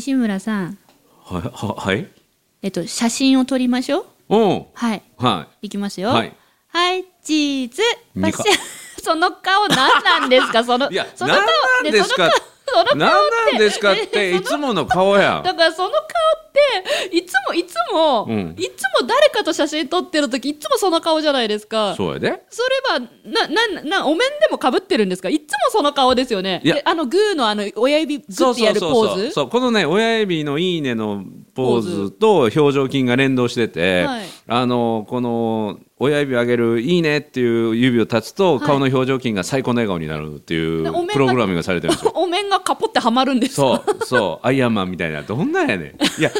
西村さん、はいははいえっと、写真を撮りましょう。うんはい。はいきますよ。ははいい。チーズ。パにシかャ。 その顔何なんですかその、いいやそ何の顔なでんでそすのかその顔何なんですか っていつもの顔やんだからその顔って、いつもいつも、うんいつも誰かと写真撮ってる時いつもその顔じゃないですか。そうやでそれは、な、な、な、お面でもかぶってるんですかいつもその顔ですよね。いやであの、グーのあの、親指、グそうッてそやうるそうポーそうズそうこのね親指の「いいね」のポーポーズズと表情筋が連動してて、はいあのこの親指上げる「いいね」っていう指を立つと、はい顔の表情筋が最高の笑顔になるっていうでお面がプログラムがされてるんですよ お面がカポってはまるんですかそうそうアイアンマンみたいなどんなんやねんいや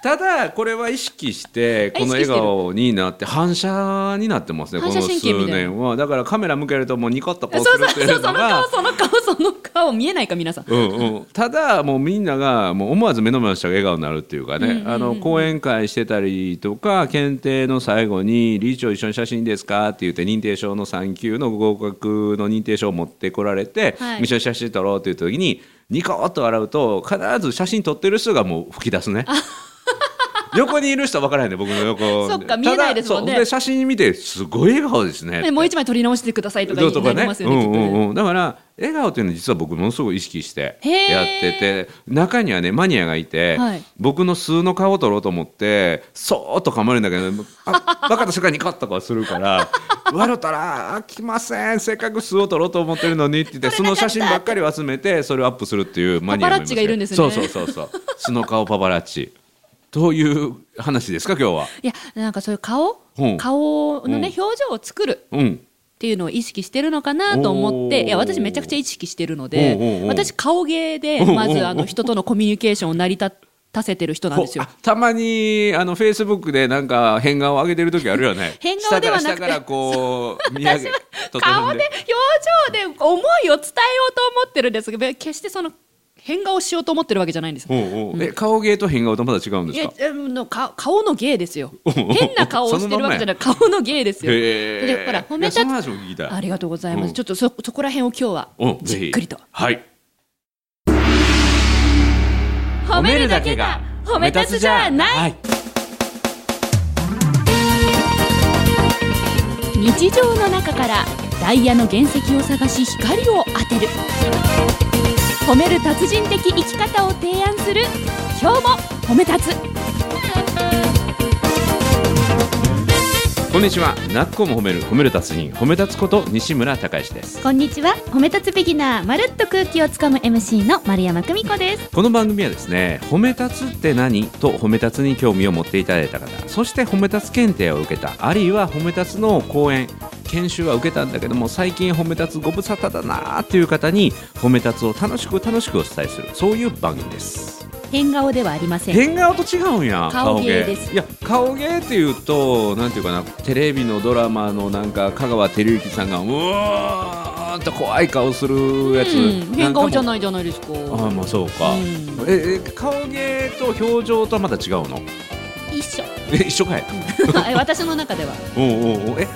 ただこれは意識してこの笑顔になって反射になってますねこ反の射神経みた数いな年はだからカメラ向けるともうニコッとこそううそうするっていそうう、そのの顔、がその顔、その顔、見えないか、皆さん。うんうん、ただもうみんながもう思わず目の前の人が笑顔になるっていうかね、あの講演会してたりとか検定の最後に「理事長一緒に写真ですか?」って言って認定証の3級の合格の認定証を持ってこられて「はい一緒に写真撮ろう」っていう時にニコッと笑うと必ず写真撮ってる人がもう吹き出すね。横にいる人は分からないね僕の横そっか見えないですもんねただそうで写真見てすごい笑顔ですねでもう一枚撮り直してくださいとかどうにとなかりねますよね、きっとうんね。うんうん、だから笑顔っていうのは実は僕ものすごく意識してへーやってて中にはねマニアがいて、はい僕の素の顔を撮ろうと思ってそーっと噛まれるんだけどあバカと世界にカッとかす るから「笑ったらあきませんせっかく素を撮ろうと思ってるのに」って言ってその写真ばっかりを集めてそれをアップするっていうマニアパパラッチがいるんですねそうそうそうそう素の顔パパラッチという話ですか今日は。いや、なんかそういう顔、うん顔のね、う表情を作る。うんっていうのを意識してるのかなと思っておーいや私めちゃくちゃ意識してるのおうおうおでう私顔芸でおうおうおうまずあの人とのコミュニケーションを成り立たせてる人なんですよこうあ。たまにあのフェイスブックでなんか変顔を上げてる時あるよね 変顔ではなくて下から下からこ う見上げ整顔えでて表情で思いを伝えようと思ってるんですけど決してその変顔しようと思ってるわけじゃないんですおうおうえ顔芸と変顔とまだ違うんでいすやかあのか顔の芸ですよ おうおう変な顔をしてるわけじゃない顔の芸ですよへえでほら褒め立ついやその話も聞きたいありがとうございます、うんちょっとそそこら辺を今日はおぜひじっくりとはいはい日常の中からダイヤの原石を探し光を当てる褒める達人的生き方を提案する今日も褒め立つこんにちはなっこも褒める褒める達人褒め立つこと西村孝之ですこんにちは褒め立つビギナーまるっと空気をつかむ MC の丸山久美子ですこの番組はですね「褒め立つって何?」と褒め立つに興味を持っていただいた方そして褒め立つ検定を受けたあるいは褒め立つの講演研修は受けたんだけども最近褒め立つご無沙汰だなーっていう方に褒め立つを楽しく楽しくお伝えするそういう番組です変顔ではありません変顔と違うんや顔芸ですいや顔芸っていうとなんていうかなテレビのドラマのなんか香川照之さんがうわーんと怖い顔するやつ、うん、変顔じゃいないじゃないですかああまあそうか、うんええ顔芸と表情とはまた違うの一緒え 一緒かい 私の中ではおうおうおうえ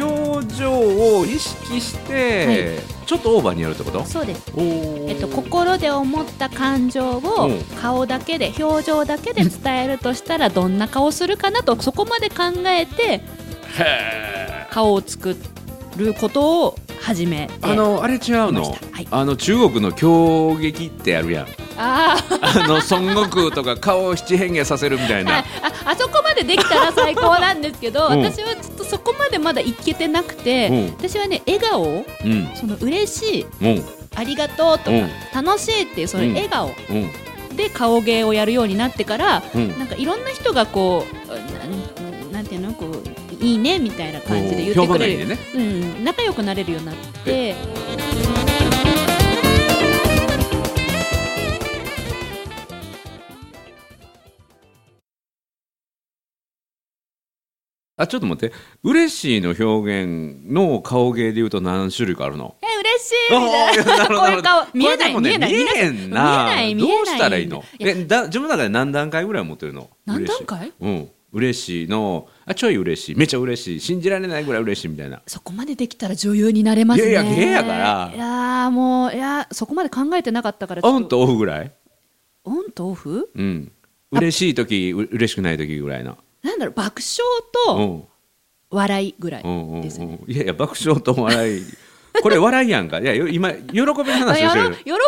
表情を意識して、ちょっとオーバーにやるってことそうですおーえっと、心で思った感情をうん顔だけで表情だけで伝えるとしたらどんな顔するかなとそこまで考えてへー顔を作ることを始めてあのあれ違うの、はいあの中国の狂撃ってあるや んあーあの孫悟空とか顔を七変化させるみたいはいなああそこまでできたら最高なんですけど、うん私はちょっとそこまでまだいけてなくて、うん私はね笑顔をうんその嬉しいうんありがとうとか、うん楽しいっていうその笑顔うんで顔芸をやるようになってから、うんなんかいろんな人がこうななんていうのこういいねみたいな感じで言ってくれおー評判がいいる、ねうん、仲良くなれるようになってあちょっと待って嬉しいの表現の顔芸で言うと何種類かあるのえ嬉しいみたいなおーなるほどこういう顔見えこれなでいも見えねない見えへんな見えない見えないどうしたらいいのいやえだ自分の中で何段階ぐらい持ってるの何段階嬉しいうん嬉しいのあちょい嬉しいめちゃ嬉しい信じられないぐらい嬉しいみたいなそこまでできたら女優になれますねいやいや芸やからいやーもういやーそこまで考えてなかったからちょっオンとオフぐらいオンとオフうん嬉しい時う嬉しくない時ぐらいななんだろう爆う笑とん笑いぐらいうんうんうんですね、いやいや爆笑と笑いこれ笑いやんかいやよ今喜びのあ話やをしてろる喜びも笑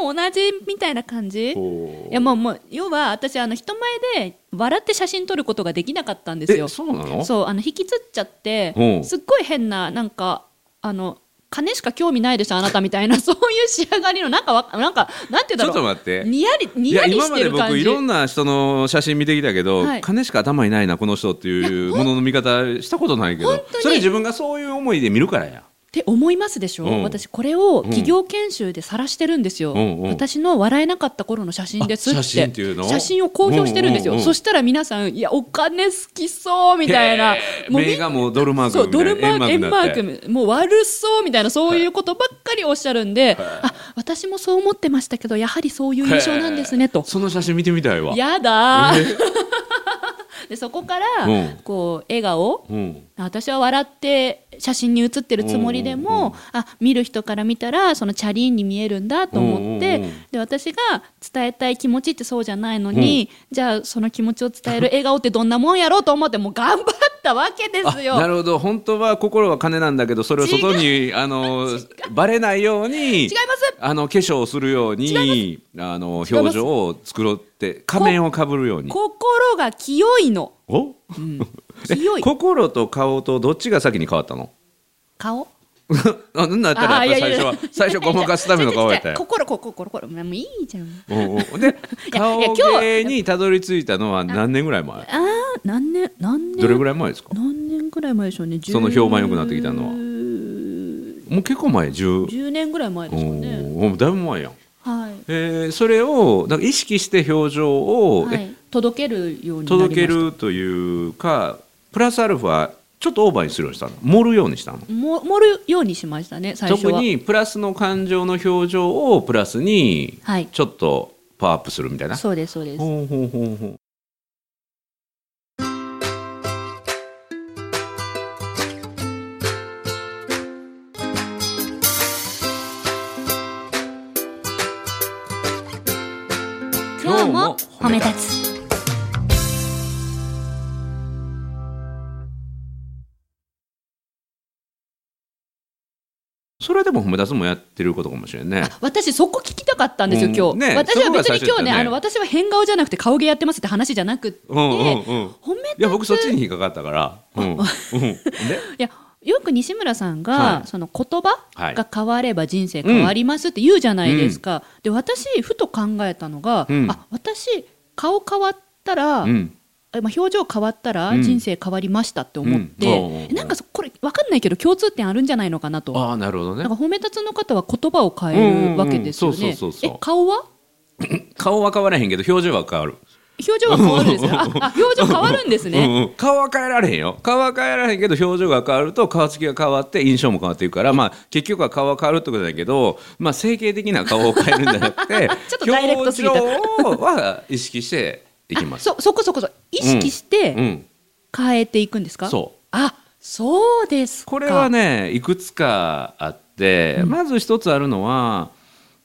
いも同じみたいな感じいおーやもうもう要は私あの人前で笑って写真撮ることができなかったんですよえそうなのそうあの引きつっちゃってうんすっごい変ななんかあの金しか興味ないでしょあなたみたいな そういう仕上がりのなんかわなんかなんてち言うょんだっとろ待っうてにやりにいややり今しまてでる感僕じいろんな人の写真見てきたけど、はい金しか頭にないなこの人っていうものの見方したことないけほんど本当にそれ自分がそういう思いで見るからやって思いますでしょ、うん私これを企業研修で晒してるんですよ、うんうん私の笑えなかった頃の写真ですってあ写真っていうの写真を公表してるんですよ、うんうんうんそしたら皆さんいやお金好きそうみたいなへーもうみ目がもうドルマークそうドルマーク円円ママーークになってクもう悪そうみたいなそういうことばっかりおっしゃるんで、あ私もそう思ってましたけどやはりそういう印象なんですねと、その写真見てみたいわやだー でそこから、うんこう笑顔、うん私は笑って写真に写ってるつもりでも、うんうんあ見る人から見たらそのチャリーンに見えるんだと思って、うんうんうんで私が伝えたい気持ちってそうじゃないのに、じゃあその気持ちを伝える笑顔ってどんなもんやろうと思ってもう頑張ったわけで あすなよ。るほど本当は心は金なんだけどそれを外にあのバレないように違いますあの化粧をするようにあの表情を作ろうって仮面をかぶるように心が清いの、おうん、え清い心と顔とどっちが先に変わったの顔あなんだったらやっぱ最 初は最初ごまかすための顔やった違う違う違うよ心こ心心もうい いじゃんおうおうでや いや顔芸にたどり着いたのは何年ぐらい前あー何年何年どれぐらい前ですか何年ぐらい前でしょうねその評判良くなってきたのははもう結構前10 10年ぐらい前ですかね。おうおうだいぶ前やんはい。えーそれをなんか意識して表情を、はえい、届けるようになりました届けるというかプラスアルファちょっとオーバーにするようにしたの盛るようにしたのも盛るようにしましたね最初は特にプラスの感情の表情をプラスにはいちょっとパワーアップするみたいな、そうですそうですほうほうほうほう今日も褒め立つそれでも褒め出すもやってることかもしれんね私そこ聞きたかったんですようん今日、ね私は別にそこが最初だ今日ったねよねあの私は変顔じゃなくて顔芸やってますって話じゃなくって、うんうんうん褒め立ついや僕そっちに引っかかったから、うんうん、でいやよく西村さんが、はいその言葉はいが変われば人生変わりますって言うじゃないですか、で私ふと考えたのが、うんあ私顔変わったら、うんえまあ、表情変わったらうん人生変わりましたって思って、うんうんえなんかそこれ分かんないけど共通点あるんじゃないのかなと。ああなるほどなんねか褒め立つの方は言葉を変えるわけですようんうんうんねそうそうそう。そえう顔は顔は変わらへんけど表情は変わる表情は変わるんですよ。ああ表情変わるんですうんね。うん、顔は変えられへんよ顔は変えられへんけど表情が変わると顔つきが変わって印象も変わっていくから、まあ、結局は顔は変わるってことだけど、まあ、整形的な顔を変えるんじゃなくて ちょっとダイレクトすぎた表情は意識していきまあ す。そそこそこそこ意識してうん、変えていくんですか、そうあそうですかこれはねいくつかあって、まず一つあるのは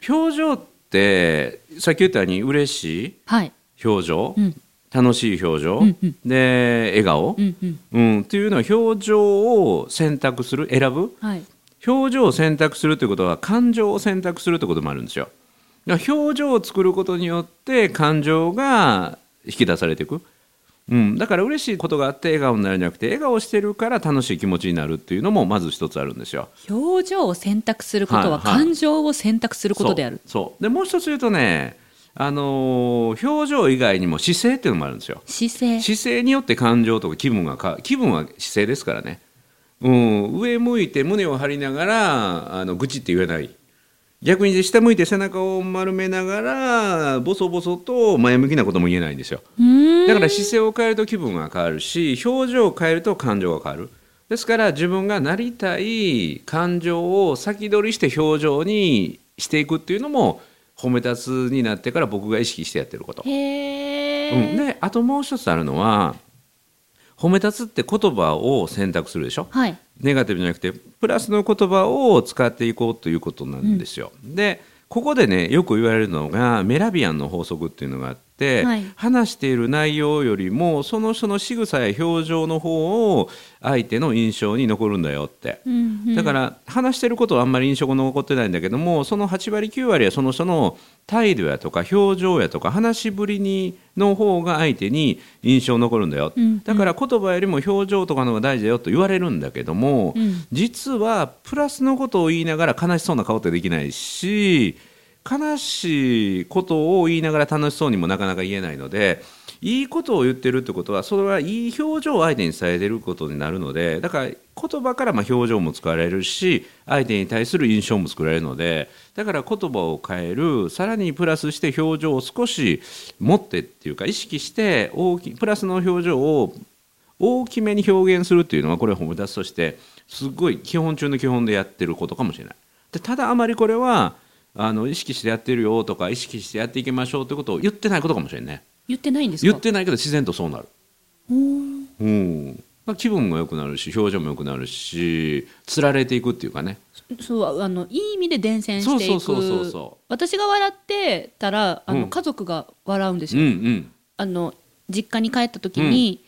表情ってさっき言ったように嬉しはい、い表情、うん楽しい表情、うんうんで笑顔、うんうんうん、っていうのは表情を選択する選ぶはい、表情を選択するということは感情を選択するということもあるんですよ。だから表情を作ることによって感情が引き出されていく。うん、だから嬉しいことがあって笑顔になるんじゃなくて笑顔してるから楽しい気持ちになるっていうのもまず一つあるんですよ。表情を選択することははいはい感情を選択することである、そうそうでもう一つ言うとね、あのー表情以外にも姿勢っていうのもあるんですよ。姿勢姿勢によって感情とか気分がか気分は姿勢ですからね、うん、上向いて胸を張りながらあの愚痴って言えない逆に下向いて背中を丸めながらボソボソと前向きなことも言えないんですようーんだから姿勢を変えると気分が変わるし表情を変えると感情が変わるですから自分がなりたい感情を先取りして表情にしていくっていうのも褒め立つになってから僕が意識してやってることへうえ、ん、であともう一つあるのは褒め立つって言葉を選択するでしょはいネガティブじゃなくてプラスの言葉を使っていこうということなんですよ。でここでねよく言われるのがメラビアンの法則っていうのがあって、はい話している内容よりもその人の仕草や表情の方を相手の印象に残るんだよって。うんうんだから話してることはあんまり印象が残ってないんだけどもその8割9割はその人の態度やとか表情やとか話しぶりにの方が相手に印象残るんだよ、うんうんだから言葉よりも表情とかの方が大事だよと言われるんだけども、うん実はプラスのことを言いながら悲しそうな顔ってできないし悲しいことを言いながら楽しそうにもなかなか言えないのでいいことを言ってるってことはそれはいい表情を相手に伝えてることになるのでだから言葉からまあ表情も使われるし相手に対する印象も作られるのでだから言葉を変えるさらにプラスして表情を少し持ってっていうか意識して大きプラスの表情を大きめに表現するっていうのはこれは本出すとしてすっごい基本中の基本でやってることかもしれない。でただあまりこれはあの意識してやってるよとか意識してやっていきましょうということを言ってないことかもしれないね言ってないんですか言ってないけど自然とそうなる。うんまあ気分が良くなるし表情も良くなるしつられていくっていうかねそうあのいい意味で伝染していくそうそうそうそうそう私が笑ってたらあの、うん家族が笑うんですうんよ、うんあの実家に帰った時に、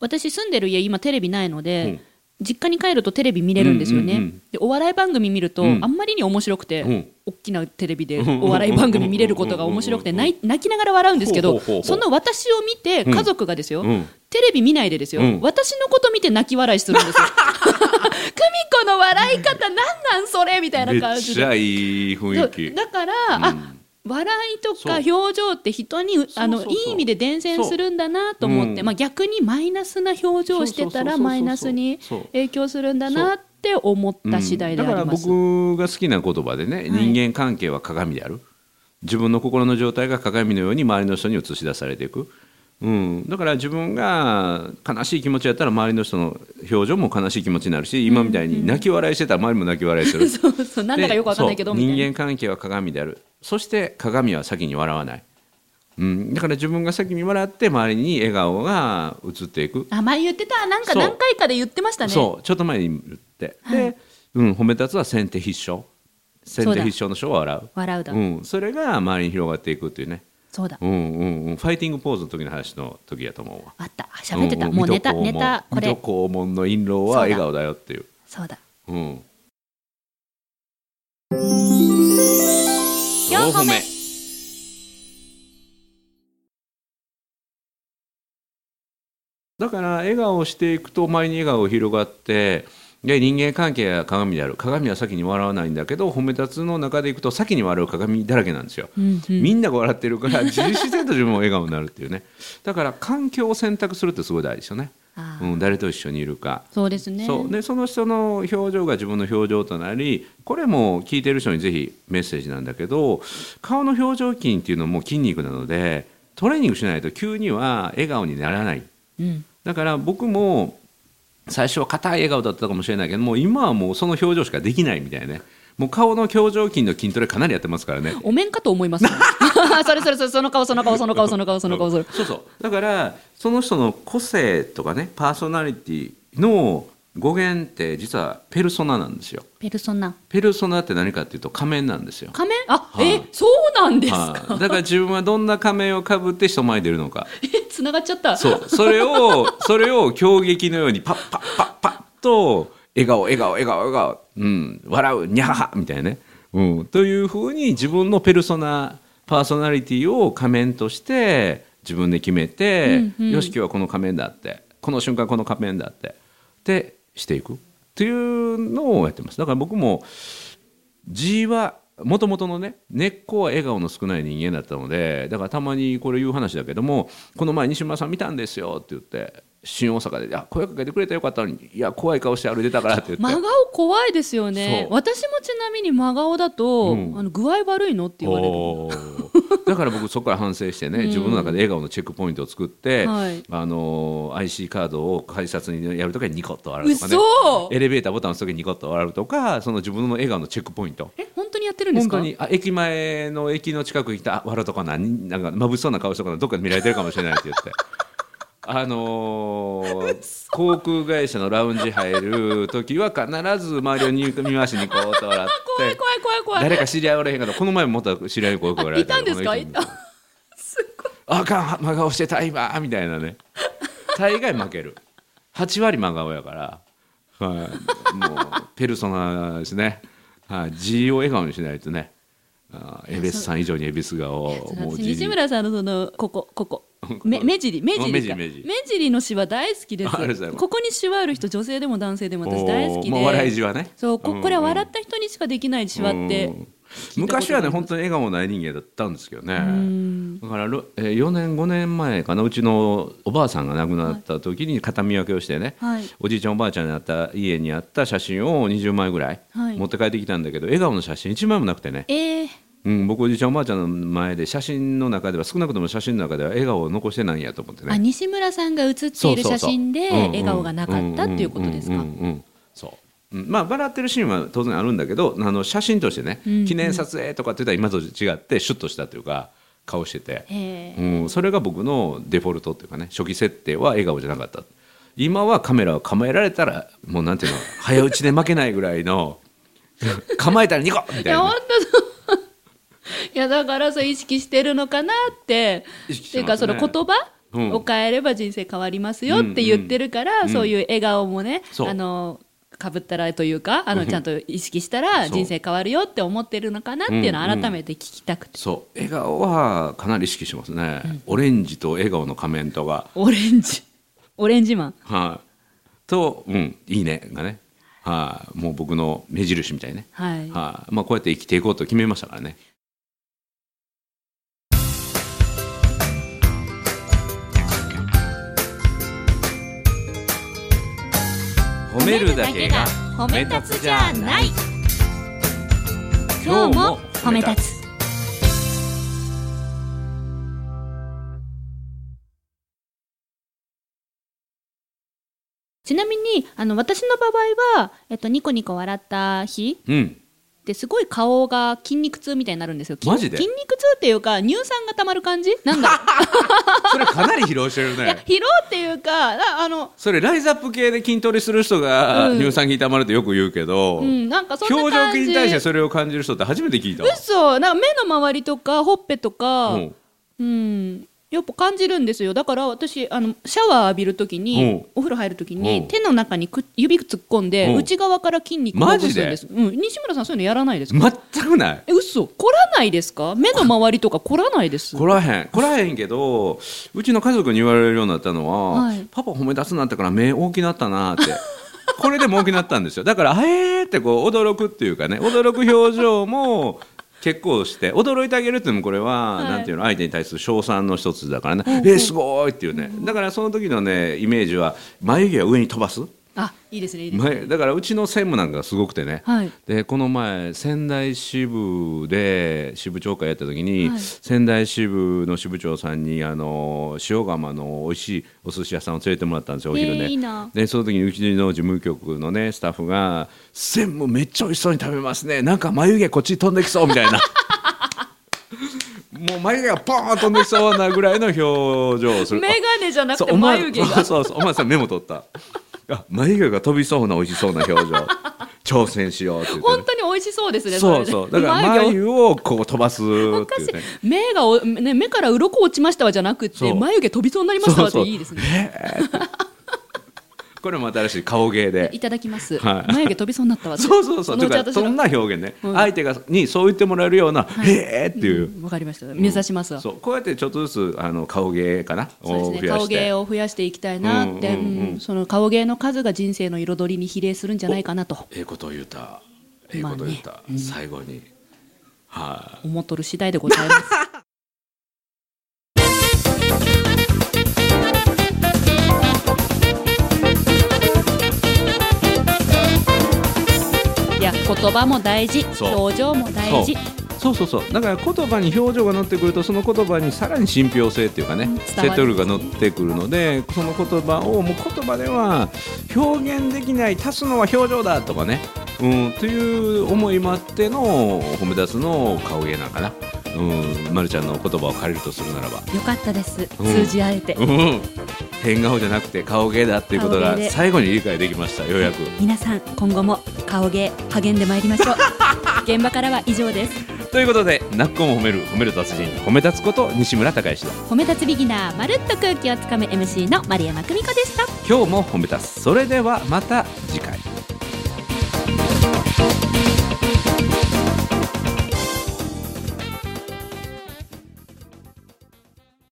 私住んでる家今テレビないので、実家に帰るとテレビ見れるんですよね、うんうんうんでお笑い番組見ると、うんあんまりに面白くて、うん大きなテレビでうんお笑い番組見れることが面白くてうんうんうん泣い泣きながら笑うんですけほうどほうほうほうその私を見てうん家族がですよ、うんテレビ見ないでですよ、うん私のこと見て泣き笑いするんです よ。久美子の笑い方なんなんそれみたいなめ感っじちでゃいい雰囲気だから、あ笑いとか表そ情って人にあのそうそうそういい意味で伝染するんだなと思って、うんまあ、逆にマイナスな表情をしてたそうそうそうそうそらうマイナスに影響するんだなって思った次第であります。うんだから僕が好きな言葉でね、人間関係は鏡である自分の心の状態が鏡のように周りの人に映し出されていく、うん、だから自分が悲しい気持ちやったら周りの人の表情も悲しい気持ちになるし今みたいに泣き笑いしてたら周りも泣き笑い するそうそうなんだかよくわかんないけどでみそたういな人間関係は鏡であるそして鏡は先に笑わない、うん、だから自分が先に笑って周りに笑顔が映っていくあ前言ってたなんかそう何回かで言ってましたね。そうちょっと前に言って、はで、うん、褒め立つは先手必勝先そう手だ必勝の賞は笑う笑うだ、うん、それが周りに広がっていくっていうね、そうだうんうんうん、ファイティングポーズの時の話の時やと思うわあったあ喋ってた、んんもうネタ水戸ネ黄門タこ水れ戸黄門の印籠は笑顔だよっていうそうだうん四歩目だから笑顔をしていくと前に笑顔が広がってで人間関係は鏡である鏡は先に笑わないんだけど褒め立つの中でいくと先に笑う鏡だらけなんですよ、うんうんみんなが笑ってるから自自然と自分も笑顔になるっていうねだから環境を選択するってすごい大事ですよね、あーうん、誰と一緒にいるかそうですねそうでその人の表情が自分の表情となりこれも聞いてる人にぜひメッセージなんだけど顔の表情筋っていうのも筋肉なのでトレーニングしないと急には笑顔にならないうんだから僕も最初は硬い笑顔だったかもしれないけどもう今はもうその表情しかできないみたいなねもう顔の表情筋の筋トレかなりやってますからねお面かと思い ます、 それそれそれその顔その顔その顔その顔その顔その顔そうそうだからその人の個性とかねパーソナリティの語源って実はペルソナなんですよペルソナペルソナって何かっていうと仮面なんですよ。仮面あ、はいえそうなんですはかいだから自分はどんな仮面をかぶって人前に出るのか。 え繋がっちゃったそう。それを、 それを狂撃のようにパッパッパッパッと、笑顔、笑顔、笑顔、笑顔、うん、笑う、にゃはは、みたいなね。うん。というふうに自分のペルソナ、パーソナリティを仮面として自分で決めて、うんうんよしきはこの仮面だって、この瞬間この仮面だって、で、していく。っていうのをやってます。だから僕も、G はもともとのね根っこは笑顔の少ない人間だったのでだからたまにこれ言う話だけどもこの前西村さん見たんですよって言って新大阪で「あ声かけてくれたらよかったのにいや怖い顔して歩いてたから」って言真っ顔て。怖いですよねそう私もちなみに真顔だと、うんあの具合悪いのって言われるおーだから僕そこから反省してね、自分の中で笑顔のチェックポイントを作って、はいあのー IC カードを改札にやるときにニコッと笑うとかね嘘エレベーターボタンを押すときにニコッと笑うとかその自分の笑顔のチェックポイントえ本当にやってるんです本か当にあ駅前の 駅の近くに来たあ笑うとかなになんか眩しそうな顔しとかなどっかで見られてるかもしれないって言ってあのー航空会社のラウンジ入る時は必ず周りを見見回しにこうと笑っ怖いて怖い怖い怖い誰か知り合いおれへんかとこの前もまた知り合いに声かけられいたたんですかこの人いもたすごいあかん真顔してた今みたいなね大概負ける8割真顔やから、はい、もうペルソナですね、はい、G を笑顔にしないとねあー恵比寿さん以上に恵比寿顔をもう私 G 西村さんのそのこここ こめ目尻目尻あ目尻か目尻目尻のシワ大好きであすありがとうございますここにシワある人女性でも男性でも私大好きでおーもう笑いじわねそううんうこんこれは笑った人にしかできないシワってうん昔はね本当に笑顔ない人間だったんですけどねだからろえー4年5年前かなうちのおばあさんが亡くなった時に形見分けをしてね、はいおじいちゃんおばあちゃんになった家にあった写真を20枚ぐらいはい持って帰ってきたんだけど、笑顔の写真1枚もなくてね、えーうん、僕おじいちゃんおばあちゃんの前で写真の中では少なくとも写真の中では笑顔を残してないんやと思ってねあ西村さんが写っている写真でそうそうそう笑顔がなかったっていうことですうんうかんうんうんうんそう、うんまあ笑ってるシーンは当然あるんだけどあの写真としてね、うんうん記念撮影とかって言ったら今と違ってシュッとしたというか顔してて、えーうん、それが僕のデフォルトっていうかね初期設定は笑顔じゃなかった今はカメラを構えられたらもうなんていうの早打ちで負けないぐらいの構えたらニコみいたいや本な当そう いやだからそう意識してるのかなって意識しってていうまかすそねの言葉うんを変えれば人生変わりますよって言ってるから、うんそういう笑顔もね、そうあのかぶったらというかあのちゃんと意識したらそう人生変わるよって思ってるのかなっていうのをうんうん改めて聞きたくて、そう笑顔はかなり意識してますね、オレンジと笑顔の仮面とかオレンジオレンジマンはい、と、うん、いいねがね、はい、もう僕の目印みたいね、はい、はい、まあこうやって生きていこうと決めましたからね。褒めるだけが褒め立つじゃない。今日も褒め立つちなみにあの私の場合は、えっと、ニコニコ笑った日うん、ってすごい顔が筋肉痛みたいになるんですよ筋マジで筋肉痛っていうか乳酸がたまる感じ なんだそれかなり疲労してるいやね。疲労っていうかああのそれライズアップ系で筋トレする人がうん乳酸菌溜まるってよく言うけど、うんなんかそんな表情感じ筋に対してそれを感じる人って初めて聞いたわ。嘘なんか目の周りとかほっぺとかうんうんやっぱ感じるんですよだから私あのシャワー浴びるときにお風呂入るときうんに手の中にく指突っ込んでうん内側から筋肉をほぐすんです、うん、西村さんそういうのやらないですか全くない。え嘘凝らないですか目の周りとか凝らないですこらへんこらへんけどうちの家族に言われるようになったのは、はいパパ褒め出すなったから目大きなったなって これでも大きなったんですよだから「あえー」ってこう驚くっていうかね驚く表情も結構して驚いてあげるっていうのもこれは、はいなんていうの相手に対する称賛の一つだからねん「うんえー、すごい!」っていうねだからその時のねイメージは眉毛を上に飛ばすあいいですねいいですね前だからうちの専務なんかがすごくてね、はいでこの前仙台支部で支部長会やった時に、はい仙台支部の支部長さんにあの塩釜の美味しいお寿司屋さんを連れてもらったんですよお昼えーね、いいなでその時にうちの事務局のねスタッフが「専務めっちゃ美味しそうに食べますねなんか眉毛こっちに飛んできそう」みた いな。もう眉毛がポーン飛んできそうなぐらいの表情 をする眼鏡じゃなそくうてお前眉毛が そうそうそうお前さんメモ取ったあ眉毛が飛びそうな美味しそうな表情挑戦しようって言って本ね、当に美味しそうですねそうれねそうだから眉毛を眉をこう飛ばすっていうおかしいね目がお、ね、目から鱗落ちましたわじゃなくそてう眉毛飛びそうになりましたわっていいですねねこれも新しい顔芸でいただきます、はい眉毛飛びそうになったわってそうそうそうのてうちか私そのんな表現ね、うん相手がにそう言ってもらえるような「へえ」っていう、んわかりました目指しますわ、そうこうやってちょっとずつあの顔芸かなそうですをね増や顔して芸を増やしていきたいなって、うんうんうんうんその顔芸の数が人生の彩りに比例するんじゃないかなとええことを言うたええことを言うた、ま最後にはい、思っとる次第でございます いや言葉も大事そう表情も大事そうそうそうだから言葉に表情が乗ってくるとその言葉にさらに信憑性っていうかねうん伝わる説得力が乗ってくるのでその言葉をもう言葉では表現できない足すのは表情だとかねうんという思いもあっての褒め立つの顔芸なんかな、うん、ま、るちゃんの言葉を借りるとするならば。よかったですうん通じ合えて、うん変顔じゃなくて顔芸だっていうこと顔が芸で最後に理解できましたようやく皆さん今後も顔芸励んでまいりまし ょう現場からは以上ですということでなっこも褒める褒める達人褒め立つこと西村孝之と褒め立つビギナーまるっと空気をつかむ MC の丸山久美子でした今日も褒め立つそれではまた次回